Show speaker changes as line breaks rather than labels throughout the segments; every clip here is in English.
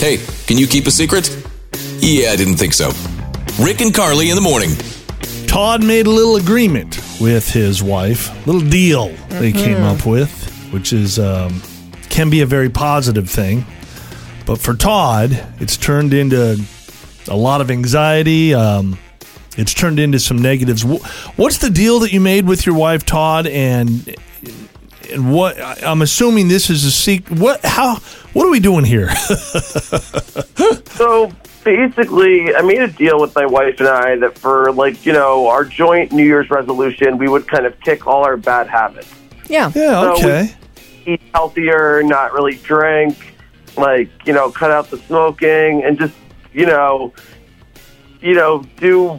Hey, can you keep a secret? Yeah, I didn't think so. Rick and Carly in the morning.
Todd made a little agreement with his wife, little deal they came up with, which is um, can be a very positive thing. But for Todd, it's turned into a lot of anxiety. Um, it's turned into some negatives. Wh- What's the deal that you made with your wife, Todd? And and what I- I'm assuming this is a secret. What? How? What are we doing here?
So basically, I made a deal with my wife and I that for like you know our joint New Year's resolution, we would kind of kick all our bad habits:
Yeah.
yeah.
So we-
Okay.
eat healthier, not really drink, like you know, cut out the smoking, and just you know, you know, do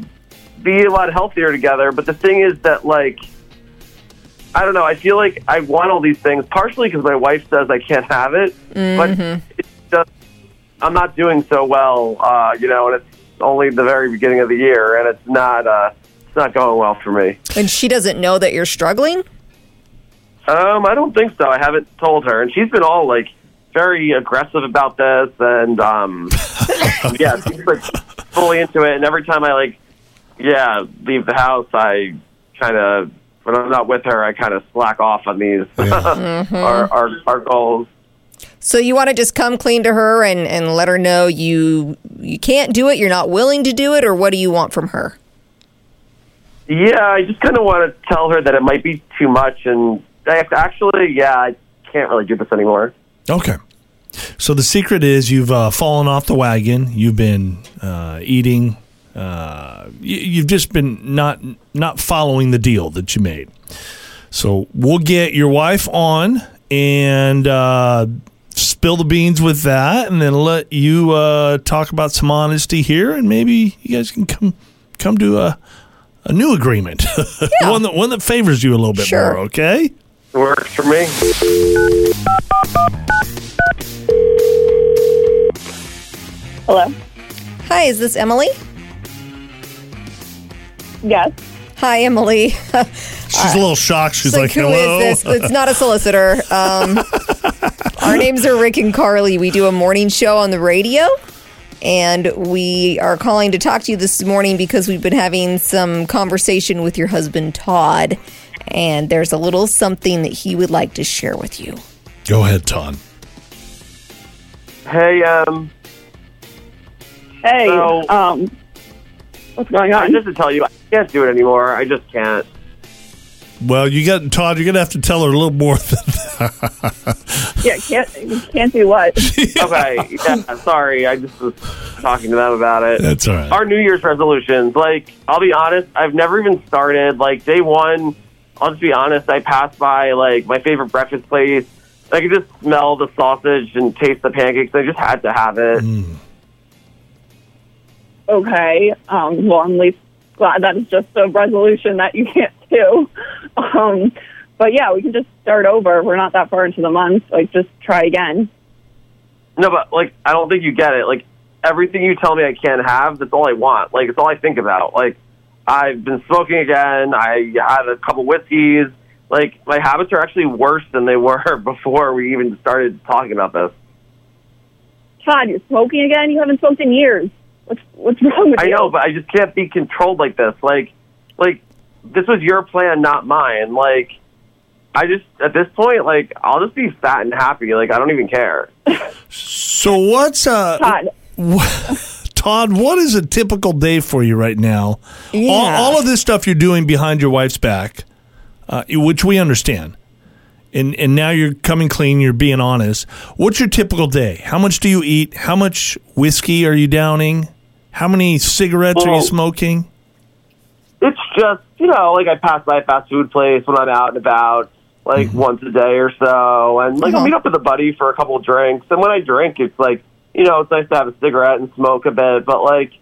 be a lot healthier together. But the thing is that like. I don't know. I feel like I want all these things, partially because my wife says I can't have it, but it's just I'm not doing so well, uh, you know, and it's only the very beginning of the year, and it's not uh, it's not going well for me.
And she doesn't know that you're struggling?
Um, I don't think so. I haven't told her, and she's been all like very aggressive about this, and um, yeah, she's like fully into it. And every time I like, yeah, leave the house, I kind of when I'm not with her, I kind of slack off on these our, our our goals.
So you want to just come clean to her and, and let her know you you can't do it, you're not willing to do it, or what do you want from her?
Yeah, I just kind of want to tell her that it might be too much, and I have to actually, yeah, I can't really do this anymore.
Okay. So the secret is you've uh, fallen off the wagon. You've been uh, eating. Uh, you, you've just been not not following the deal that you made. So we'll get your wife on and uh, spill the beans with that, and then let you uh, talk about some honesty here, and maybe you guys can come come to a a new agreement, one that one that favors you a little bit
Sure.
more. Okay.
It works for me.
Hello.
Hi, is this Emily?
Yes.
Hi, Emily.
She's a little shocked. She's
It's
like,
who is
"Hello."
this? It's not a solicitor. Um, our names are Rick and Carly. We do a morning show on the radio, and we are calling to talk to you this morning because we've been having some conversation with your husband Todd, and there's a little something that he would like to share with you.
Go ahead, Ton.
Hey, um,
Hey.
So-
um. What's going
I
on?
just to tell you, I can't do it anymore. I just can't.
Well, you got Todd. You're gonna have to tell her a little more than
yeah. Can't you can't do what?
okay, yeah, sorry. I just was talking to them about it.
that's all right.
Our New Year's resolutions, like, I'll be honest, I've never even started. Like, day one, I'll just be honest, I passed by, like, my favorite breakfast place. I could just smell the sausage and taste the pancakes. I just had to have it.
okay. Um. Well, I'm least glad that is just a resolution that you can't do. Um. But yeah, we can just start over. We're not that far into the month. Like, just try again.
No, but, like, I don't think you get it. Like, everything you tell me I can't have, that's all I want. Like, it's all I think about. Like, I've been smoking again. I had a couple whiskeys. Like, my habits are actually worse than they were before we even started talking about this.
Todd, you're smoking again. You haven't smoked in years. What's What's wrong with
I
you?
know, but I just can't be controlled like this. Like, like this was your plan, not mine. Like, I just at this point, like, I'll just be fat and happy. Like, I don't even care.
So what's uh,
Todd.
wh- Todd? What is a typical day for you right now?
Yeah.
All, all of this stuff you're doing behind your wife's back, uh, which we understand, and and now you're coming clean. You're being honest. What's your typical day? How much do you eat? How much whiskey are you downing? How many cigarettes are
Well-
you smoking?
It's just you know, like I pass by a fast food place when I'm out and about, like
Mm-hmm.
once a day or so, and like I'll meet up with a buddy for a couple of drinks. And when I drink, it's like you know, it's nice to have a cigarette and smoke a bit, but like.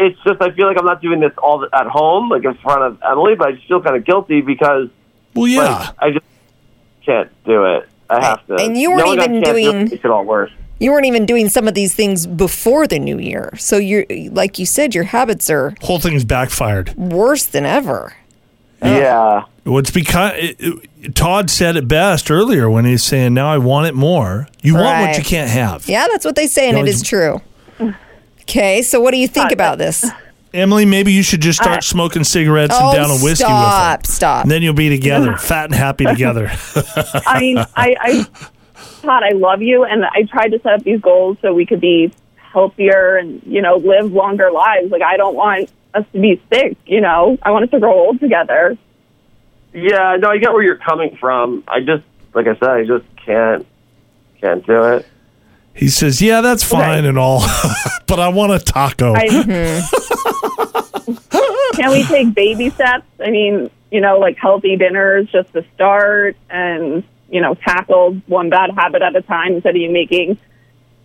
It's just I feel like I'm not doing this all at home, like in front of Emily, but I just feel kind of guilty because
Well, yeah.
Like, I just can't do it. I have to.
And you weren't
Knowing I
even
can't do
doing-
it makes it all worse.
You weren't even doing some of these things before the new year, so you're like you said, your habits are
Whole thing's backfired.
worse than ever.
yeah.
Well, it's because it, it- Todd said it best earlier when he's saying, "Now I want it more." You want what
Right.
you can't have.
Yeah, that's what they say, and
No,
it
it's-
is true. Okay, so what do you think about this?
Emily, maybe you should just start smoking cigarettes
Oh,
and down a whiskey
stop,
with her.
stop.
And then you'll be together, fat and happy together.
I mean, I, I, Todd, I love you, and I tried to set up these goals so we could be healthier and you know live longer lives. Like I don't want us to be sick. You know, I want us to grow old together.
Yeah, no, I get where you're coming from. I just, like I said, I just can't, can't do it.
he says, "Yeah, that's fine and all, but I want a taco."
I, Can we take baby steps? I mean, you know, like healthy dinners just to start and, you know, tackle one bad habit at a time instead of you making,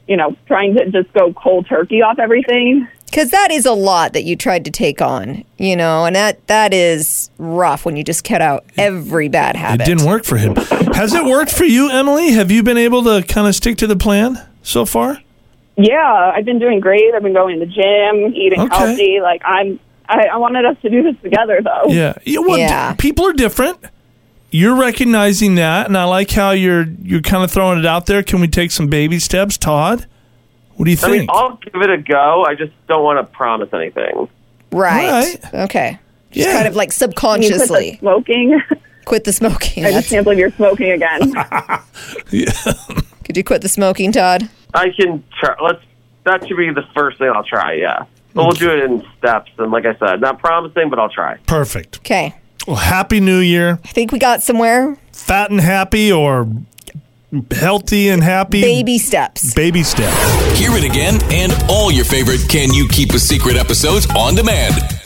you know, trying to just go cold turkey off everything.
Because that is a lot that you tried to take on, you know, and that that is rough when you just cut out every bad
it
habit.
didn't work for him. Has it worked for you, Emily? Have you been able to kind of stick to the plan so far?
Yeah, I've been doing great. I've been going to the gym, eating
Okay.
healthy. Like I'm, I, I wanted us to do this together though.
Yeah. Yeah, well, d-
Yeah.
people are different. You're recognizing that, and I like how you're you're kind of throwing it out there. Can we take some baby steps, Todd? What do you
I mean,
think?
I'll give it a go. I just don't want to promise anything.
Right.
Right.
Okay. Just
Yeah.
kind of like
Can you quit the
subconsciously
smoking.
quit the smoking.
I just can't believe you're smoking again.
Could you quit the smoking, Todd?
I can try. Let's. That should be the first thing I'll try. Yeah, but we'll do it in steps. And like I said, not promising, but I'll try.
Perfect.
Okay.
Well, happy New Year,
I think we got somewhere.
fat and happy, or healthy and happy.
Baby steps.
baby steps.
Hear it again and all your favorite Can You Keep a Secret episodes on demand